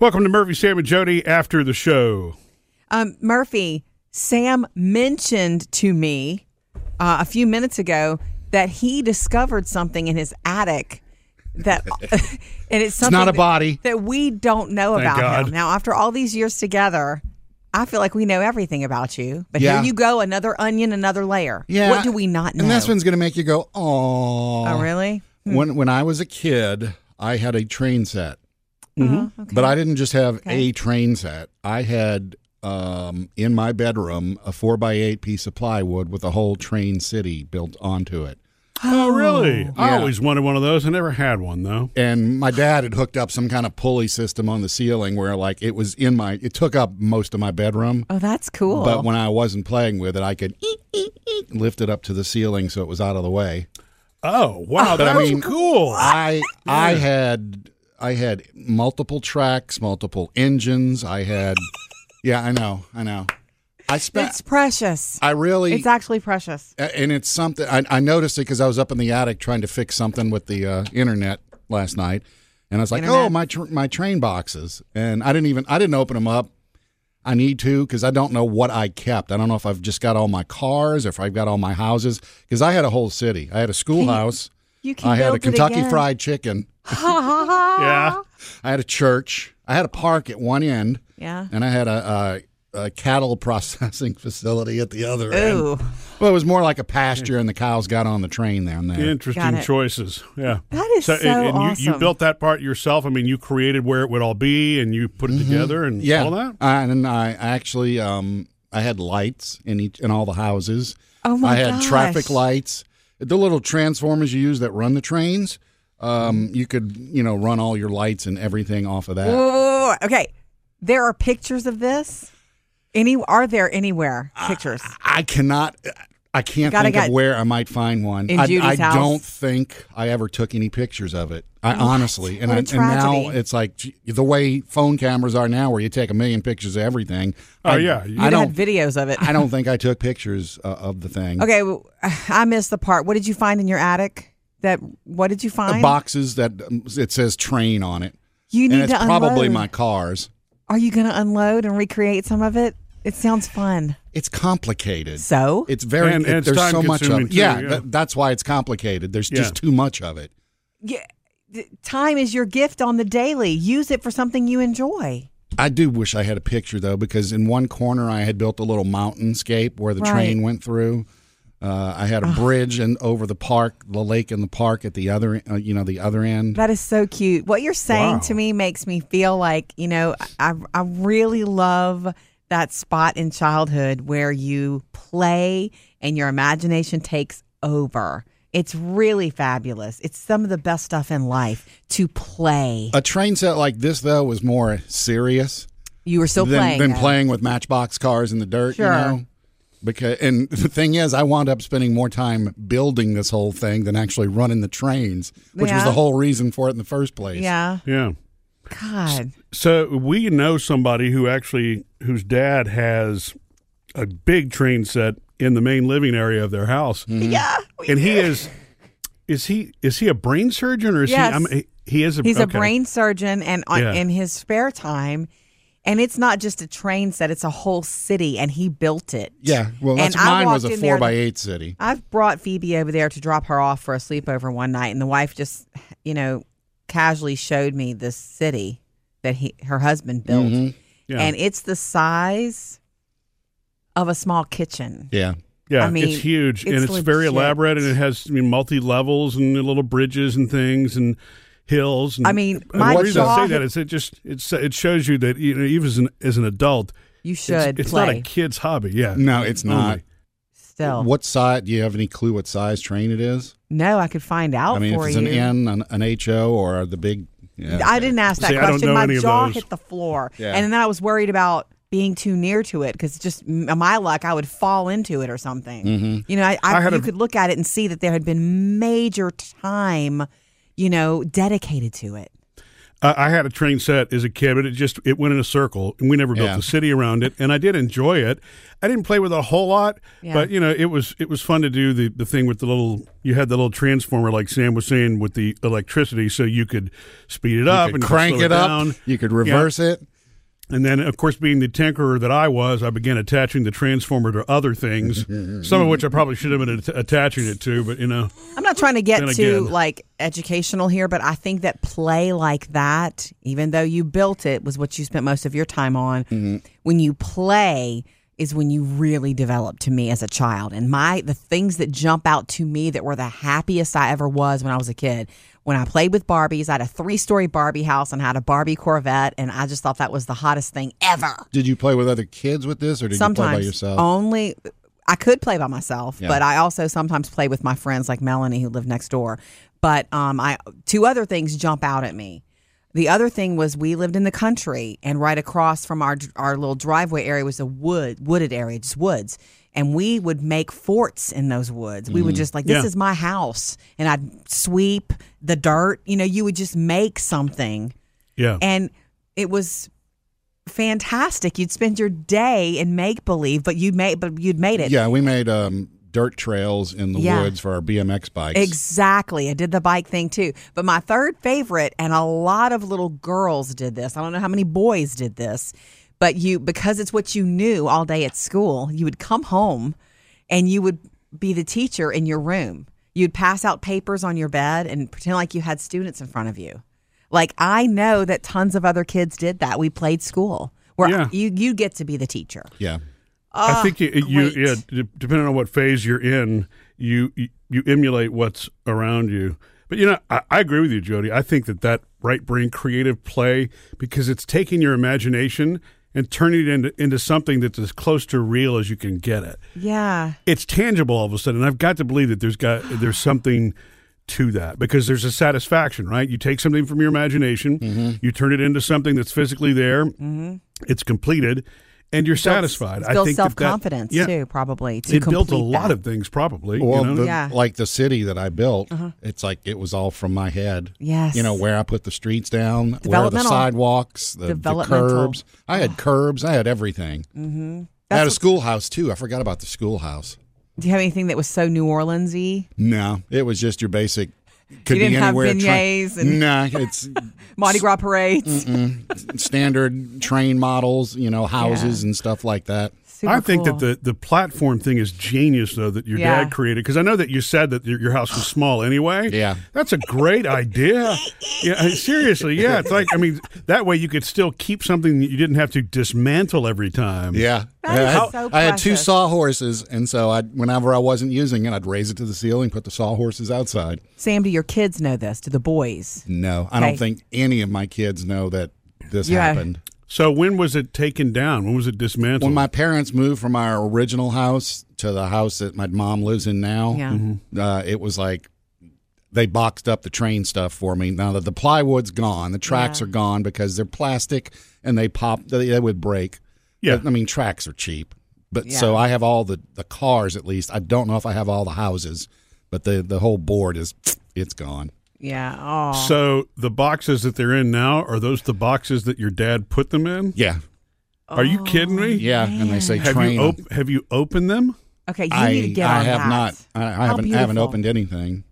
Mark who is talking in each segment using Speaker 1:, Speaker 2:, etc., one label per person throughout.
Speaker 1: Welcome to Murphy, Sam, and Jody after the show.
Speaker 2: Um, Murphy, Sam mentioned to me uh, a few minutes ago that he discovered something in his attic that, and it's something
Speaker 3: not a
Speaker 2: that-
Speaker 3: body.
Speaker 2: that, we don't know
Speaker 1: Thank
Speaker 2: about
Speaker 1: God.
Speaker 2: him. Now, after all these years together, I feel like we know everything about you. But
Speaker 3: Yeah.
Speaker 2: here you go, another onion, another layer.
Speaker 3: Yeah.
Speaker 2: what do we not know?
Speaker 3: And this one's going to make you go, oh.
Speaker 2: oh, really?
Speaker 3: When, when I was a kid, I had a train set.
Speaker 2: Oh, okay.
Speaker 3: But I didn't just have
Speaker 2: Okay.
Speaker 3: a train set. I had um, in my bedroom a four by eight piece of plywood with a whole train city built onto it.
Speaker 1: Oh, really? I
Speaker 3: Yeah.
Speaker 1: always wanted one of those. I never had one, though.
Speaker 3: And my dad had hooked up some kind of pulley system on the ceiling where, like, it was in my, it took up most of my bedroom.
Speaker 2: oh, that's cool.
Speaker 3: But when I wasn't playing with it, I could eek, eek, eek, lift it up to the ceiling so it was out of the way.
Speaker 1: Oh, wow.
Speaker 3: But
Speaker 1: that
Speaker 3: I
Speaker 1: was
Speaker 3: mean-
Speaker 1: cool.
Speaker 3: I I had I had multiple tracks, multiple engines. I had yeah, I know, I know. I
Speaker 2: it's
Speaker 3: spent
Speaker 2: precious.
Speaker 3: I really
Speaker 2: it's actually precious.
Speaker 3: a- and it's something I, I noticed it because I was up in the attic trying to fix something with the uh, internet last night, and I was like, oh
Speaker 2: Internet.
Speaker 3: my tr- my train boxes, and I didn't even I didn't open them up. I need to because I don't know what I kept. I don't know if I've just got all my cars, if I've got all my houses, because I had a whole city. I had a schoolhouse.
Speaker 2: You can
Speaker 3: I had
Speaker 2: build
Speaker 3: a
Speaker 2: it
Speaker 3: Kentucky
Speaker 2: again.
Speaker 3: Fried Chicken.
Speaker 1: yeah.
Speaker 3: I had a church. I had a park at one end,
Speaker 2: Yeah.
Speaker 3: and I had a, a, a cattle processing facility at the other end.
Speaker 2: Ooh,
Speaker 3: Well, it was more like a pasture, and the cows got on the train there and there.
Speaker 2: Got
Speaker 1: Interesting
Speaker 2: it.
Speaker 1: choices. Yeah.
Speaker 2: That is so
Speaker 1: and, and you, you
Speaker 2: awesome. Mm-hmm.
Speaker 1: built that part yourself. I mean, you created where it would all be and you put it together and
Speaker 3: yeah,
Speaker 1: all that.
Speaker 3: and then I actually um, I had lights in each in all the houses.
Speaker 2: Oh, my
Speaker 3: I had traffic
Speaker 2: gosh.
Speaker 3: lights, the little transformers you use that run the trains. Um, you could you know run all your lights and everything off of that.
Speaker 2: Whoa, whoa, whoa, whoa. Okay. There are pictures of this. Any are there anywhere pictures?
Speaker 3: Uh, I cannot. I can't
Speaker 2: Gotta
Speaker 3: think
Speaker 2: get-
Speaker 3: of where I might find one.
Speaker 2: In
Speaker 3: I,
Speaker 2: Judy's
Speaker 3: I
Speaker 2: house?
Speaker 3: don't think I ever took any pictures of it. I honestly, and,
Speaker 2: What
Speaker 3: I,
Speaker 2: a
Speaker 3: and now
Speaker 2: tragedy.
Speaker 3: it's like gee, the way phone cameras are now, where you take a million pictures of everything.
Speaker 1: Oh,
Speaker 3: I,
Speaker 1: yeah. You'd
Speaker 3: I
Speaker 2: I
Speaker 3: don't.
Speaker 2: had videos of it.
Speaker 3: I don't think I took pictures uh, of the thing.
Speaker 2: okay, well, I missed the part. What did you find in your attic? That what did you
Speaker 3: The
Speaker 2: find?
Speaker 3: Uh, boxes that um, it says train on it,
Speaker 2: you need
Speaker 3: and it's
Speaker 2: to
Speaker 3: probably
Speaker 2: unload.
Speaker 3: my cars.
Speaker 2: Are you going to unload and recreate some of it? It sounds fun.
Speaker 3: It's complicated.
Speaker 2: So
Speaker 3: It's very.
Speaker 1: And- and it's
Speaker 3: there's so much of
Speaker 1: time-consuming
Speaker 3: it.
Speaker 1: too,
Speaker 3: yeah,
Speaker 1: yeah.
Speaker 3: tha- that's why it's complicated. There's just
Speaker 1: Yeah.
Speaker 3: too much of it.
Speaker 2: yeah, th- time is your gift on the daily. Use it for something you enjoy.
Speaker 3: I do wish I had a picture though, because in one corner I had built a little mountainscape where the
Speaker 2: Right.
Speaker 3: train went through. Uh, I had a bridge and over the park, the lake and the park at the other, uh, you know, the other end.
Speaker 2: That is so cute. What you're saying
Speaker 1: Wow.
Speaker 2: to me makes me feel like, you know, I, I really love that spot in childhood where you play and your imagination takes over. It's really fabulous. It's some of the best stuff in life to play.
Speaker 3: A train set like this though was more serious
Speaker 2: You were still
Speaker 3: than
Speaker 2: playing.
Speaker 3: than
Speaker 2: though.
Speaker 3: playing with matchbox cars in the dirt.
Speaker 2: Sure.
Speaker 3: You know? Because and the thing is, I wound up spending more time building this whole thing than actually running the trains, which was
Speaker 2: Yeah.
Speaker 3: the whole reason for it in the first place.
Speaker 2: Yeah.
Speaker 1: Yeah.
Speaker 2: God.
Speaker 1: So we know somebody who actually whose dad has a big train set in the main living area of their house,
Speaker 3: Mm.
Speaker 2: Yeah. we-
Speaker 1: and he is is he is he a brain surgeon or is
Speaker 2: Yes.
Speaker 1: he? I'm, he- he is. A,
Speaker 2: He's a
Speaker 1: okay.
Speaker 2: brain surgeon and on,
Speaker 1: Yeah.
Speaker 2: in his spare time. And it's not just a train set, it's a whole city, and he built it.
Speaker 3: Yeah. Well,
Speaker 2: And
Speaker 3: that's,
Speaker 2: I
Speaker 3: mine was
Speaker 2: walked
Speaker 3: a
Speaker 2: in there
Speaker 3: four
Speaker 2: the
Speaker 3: by eight city.
Speaker 2: I've brought Phoebe over there to drop her off for a sleepover one night, and the wife just, you know, casually showed me this city that he, her husband built,
Speaker 1: Mm-hmm. Yeah.
Speaker 2: and it's the size of a small kitchen.
Speaker 3: Yeah.
Speaker 1: Yeah,
Speaker 2: I mean,
Speaker 1: it's huge and
Speaker 2: it's
Speaker 1: it's very
Speaker 2: legit.
Speaker 1: elaborate and it has I mean, multi levels and little bridges and things and hills. And,
Speaker 2: I mean,
Speaker 1: Mm. and
Speaker 2: my
Speaker 1: the reason I
Speaker 2: jaw-
Speaker 1: say that is it just it's it shows you that you know even as an, as an adult,
Speaker 2: You
Speaker 1: it's,
Speaker 2: should
Speaker 1: it's
Speaker 2: play
Speaker 1: not a kid's hobby. Yeah, Oh
Speaker 3: No, it's not.
Speaker 2: still.
Speaker 3: What size? Do you have any clue what size train it is?
Speaker 2: No, I could find out
Speaker 3: I mean, if
Speaker 2: for
Speaker 3: it's
Speaker 2: you.
Speaker 3: an N, an, an HO, or the big. Yeah,
Speaker 2: I
Speaker 3: okay.
Speaker 2: didn't ask that
Speaker 1: See, I don't
Speaker 2: question.
Speaker 1: know
Speaker 2: My
Speaker 1: any of
Speaker 2: jaw
Speaker 1: those.
Speaker 2: hit the floor,
Speaker 3: Yeah.
Speaker 2: and then I was worried about being too near to it because just m- my luck, I would fall into it or something.
Speaker 3: Mm-hmm.
Speaker 2: You know, I, I,
Speaker 1: I had
Speaker 2: you
Speaker 1: a-
Speaker 2: could look at it and see that there had been major time, you know, dedicated to it.
Speaker 1: I I had a train set as a kid, but it just it went in a circle, and we never built
Speaker 3: Yeah.
Speaker 1: a city around it. And I did enjoy it. I didn't play with it a whole lot,
Speaker 2: Yeah.
Speaker 1: but you know, it was it was fun to do the the thing with the little. You had the little transformer, like Sam was saying, with the electricity, so you could speed it
Speaker 3: You
Speaker 1: up
Speaker 3: could
Speaker 1: and
Speaker 3: crank
Speaker 1: slow
Speaker 3: it up.
Speaker 1: down.
Speaker 3: You could reverse it.
Speaker 1: And then, of course, being the tinkerer that I was, I began attaching the transformer to other things, some of which I probably should have been at- attaching it to, but you know,
Speaker 2: I'm not trying to get
Speaker 1: Then
Speaker 2: too
Speaker 1: again-
Speaker 2: like educational here, but I think that play like that, even though you built it, was what you spent most of your time on. When you play is when you really develop to me as a child. And my the things that jump out to me that were the happiest I ever was when I was a kid. When I played with Barbies, I had a three story Barbie house and I had a Barbie Corvette, and I just thought that was the hottest thing ever.
Speaker 3: Did you play with other kids with this, or did you play by yourself?
Speaker 2: Only I could play by myself,
Speaker 3: Yeah.
Speaker 2: but I also sometimes play with my friends like Melanie who lived next door. But um I two other things jump out at me. The other thing was we lived in the country and right across from our our little driveway area was a wood wooded area, just woods. And we would make forts in those woods. We would
Speaker 3: Mm-hmm.
Speaker 2: just like, this
Speaker 1: Yeah.
Speaker 2: is my house. And I'd sweep the dirt. You know, you would just make something
Speaker 1: yeah.
Speaker 2: and it was fantastic. You'd spend your day in make believe, but you made but you'd made it.
Speaker 3: Yeah, we made um, dirt trails in the
Speaker 2: Yeah.
Speaker 3: woods for our BMX bikes.
Speaker 2: Exactly. I did the bike thing too. But my third favorite, and a lot of little girls did this. I don't know how many boys did this, but you, because it's what you knew all day at school, you would come home and you would be the teacher in your room. You'd pass out papers on your bed and pretend like you had students in front of you. Like I know that tons of other kids did that. We played school where
Speaker 1: Yeah.
Speaker 2: you you get to be the teacher.
Speaker 3: yeah.
Speaker 1: I think you, you
Speaker 2: great.
Speaker 1: yeah, de- depending on what phase you're in, you you, you emulate what's around you. But you know, I, I agree with you, Jody. I think that that right brain creative play because it's taking your imagination and turning it into, into something that's as close to real as you can get it.
Speaker 2: Yeah.
Speaker 1: It's tangible all of a sudden. I've got to believe that there's got there's something to that because there's a satisfaction, right? You take something from your imagination,
Speaker 3: Mm-hmm.
Speaker 1: you turn it into something that's physically there. It's completed. And you're satisfied. I
Speaker 2: Build
Speaker 1: think that that-
Speaker 2: self confidence
Speaker 1: yeah,
Speaker 2: too, probably. To
Speaker 1: it built a
Speaker 2: complete
Speaker 1: lot
Speaker 2: that.
Speaker 1: of things probably
Speaker 3: Well,
Speaker 1: you know?
Speaker 3: the,
Speaker 2: Yeah. Uh-huh.
Speaker 3: like the city that I built, it's like it was all from my head.
Speaker 2: Yes.
Speaker 3: You know, where I put the streets down, where are the
Speaker 2: Developmental.
Speaker 3: sidewalks, the, the
Speaker 2: Developmental.
Speaker 3: curbs. I had curbs, I had everything. Mm-hmm. I
Speaker 2: That's
Speaker 3: had a
Speaker 2: what-
Speaker 3: schoolhouse too. I forgot about the schoolhouse.
Speaker 2: Do you have anything that was so New Orleansy?
Speaker 3: No, it was just your basic. Could
Speaker 2: You didn't
Speaker 3: be
Speaker 2: have
Speaker 3: anywhere. train-
Speaker 2: beignets and-
Speaker 3: nah, it's
Speaker 2: Mardi Gras parades.
Speaker 3: standard train models, you know, houses and stuff like that.
Speaker 2: Super
Speaker 1: i think
Speaker 2: cool.
Speaker 1: that the, the platform thing is genius though that your
Speaker 2: Yeah.
Speaker 1: dad created because i know that you said that your, your house was small anyway
Speaker 3: Yeah.
Speaker 1: that's a great idea yeah I- seriously yeah it's like i mean that way you could still keep something that you didn't have to dismantle every time
Speaker 3: Yeah.
Speaker 2: That
Speaker 3: I,
Speaker 2: is
Speaker 3: had-
Speaker 2: so
Speaker 3: I had two
Speaker 2: precious.
Speaker 3: sawhorses, and so I, whenever I wasn't using it, I'd raise it to the ceiling, put the sawhorses outside.
Speaker 2: Sam, do your kids know this? Do the boys?
Speaker 3: No, I
Speaker 2: Okay.
Speaker 3: don't think any of my kids know that this
Speaker 2: Yeah.
Speaker 3: happened.
Speaker 1: so when was it taken down when was it dismantled
Speaker 3: When my parents moved from our original house to the house that my mom lives in now,
Speaker 2: Yeah.
Speaker 1: Mm-hmm.
Speaker 3: uh, it was like they boxed up the train stuff for me. Now that the plywood's gone, the tracks
Speaker 2: Yeah.
Speaker 3: are gone because they're plastic and they pop, they, they would break.
Speaker 1: yeah
Speaker 3: I mean, tracks are cheap. But
Speaker 2: Yeah.
Speaker 3: so I have all the, the cars at least. I don't know if I have all the houses, but the, the whole board is, it's gone.
Speaker 2: Yeah. Oh.
Speaker 1: so the boxes that they're in now are those the boxes that your dad put them in
Speaker 3: Yeah.
Speaker 1: are you kidding me
Speaker 3: Oh. Yeah. And they say
Speaker 1: have
Speaker 3: train.
Speaker 1: you
Speaker 3: on-
Speaker 1: op- have you opened them
Speaker 2: okay, you
Speaker 3: I,
Speaker 2: need to get
Speaker 3: I
Speaker 2: on
Speaker 3: have
Speaker 2: that.
Speaker 3: not. I, I
Speaker 2: How
Speaker 3: haven't, I haven't
Speaker 2: beautiful.
Speaker 3: opened anything.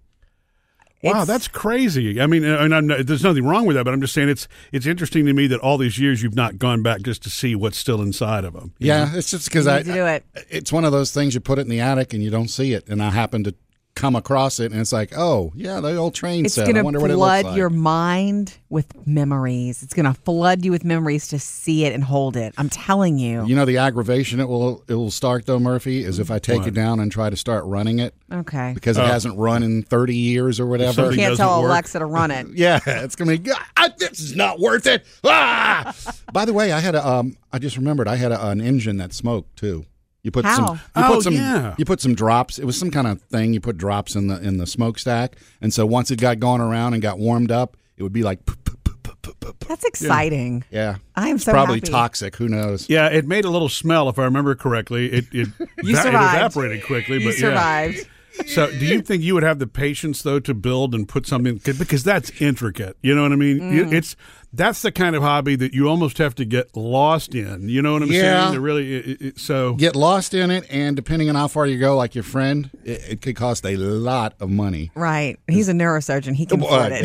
Speaker 1: Wow,
Speaker 2: It's-
Speaker 1: that's crazy. I mean, and I'm not, there's nothing wrong with that, but I'm just saying it's it's interesting to me that all these years you've not gone back just to see what's still inside of them.
Speaker 3: Yeah, it's just because
Speaker 2: You
Speaker 3: I,
Speaker 2: need to do it.
Speaker 3: It's one of those things you put it in the attic and you don't see it, and I happen to come across it, and it's like, oh yeah, the old train
Speaker 2: It's
Speaker 3: set. I
Speaker 2: gonna
Speaker 3: wonder what it looks
Speaker 2: flood
Speaker 3: like.
Speaker 2: your mind with memories. It's gonna flood you with memories to see it and hold it. I'm telling you.
Speaker 3: You know the aggravation it will it will start though, Murphy, is if I take it down and try to start running it
Speaker 2: Okay.
Speaker 3: because it hasn't run in thirty years or whatever.
Speaker 1: Something-
Speaker 2: Can't
Speaker 1: doesn't
Speaker 2: tell
Speaker 1: work.
Speaker 2: Alexa to run it.
Speaker 3: Yeah, it's gonna be. "Ah, this is not worth it. Ah! By the way, I had a. Um, I just remembered I had a, an engine that smoked too. You put
Speaker 2: How?
Speaker 3: some. You
Speaker 1: Oh,
Speaker 3: put some,
Speaker 1: yeah.
Speaker 3: You put some drops. It was some kind of thing. You put drops in the in the smokestack, and so once it got going around and got warmed up, it would be like. "P- p- p- p- p- p- p-"
Speaker 2: That's exciting.
Speaker 3: Yeah,
Speaker 2: I am so
Speaker 3: probably
Speaker 2: happy.
Speaker 3: toxic. Who knows?
Speaker 1: Yeah, it made a little smell if I remember correctly. It it,
Speaker 2: You
Speaker 1: that- it
Speaker 2: survived.
Speaker 1: evaporated quickly,
Speaker 2: You
Speaker 1: but yeah.
Speaker 2: survived.
Speaker 1: So, do you think you would have the patience though to build and put something because that's intricate? You know what I mean?
Speaker 2: Mm.
Speaker 1: It's that's the kind of hobby that you almost have to get lost in. You know what I'm
Speaker 3: Yeah.
Speaker 1: saying? To really, it, it, so
Speaker 3: Get lost in it, and depending on how far you go, like your friend, it, it could cost a lot of money.
Speaker 2: Right. He's a neurosurgeon. He can afford
Speaker 3: Uh,
Speaker 2: it.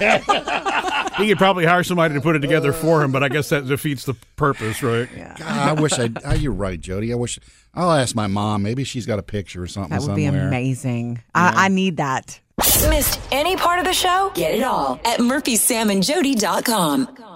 Speaker 3: yeah.
Speaker 1: he could probably hire somebody to put it together for him, but I guess that defeats the purpose, right?
Speaker 3: God, I wish I. Oh, you're right, Jody. I wish. I'll ask my mom. Maybe she's got a picture or something
Speaker 2: That would be
Speaker 3: somewhere.
Speaker 2: amazing. I, I need that.
Speaker 4: Missed any part of the show? Get it all at murphysamandjody.com.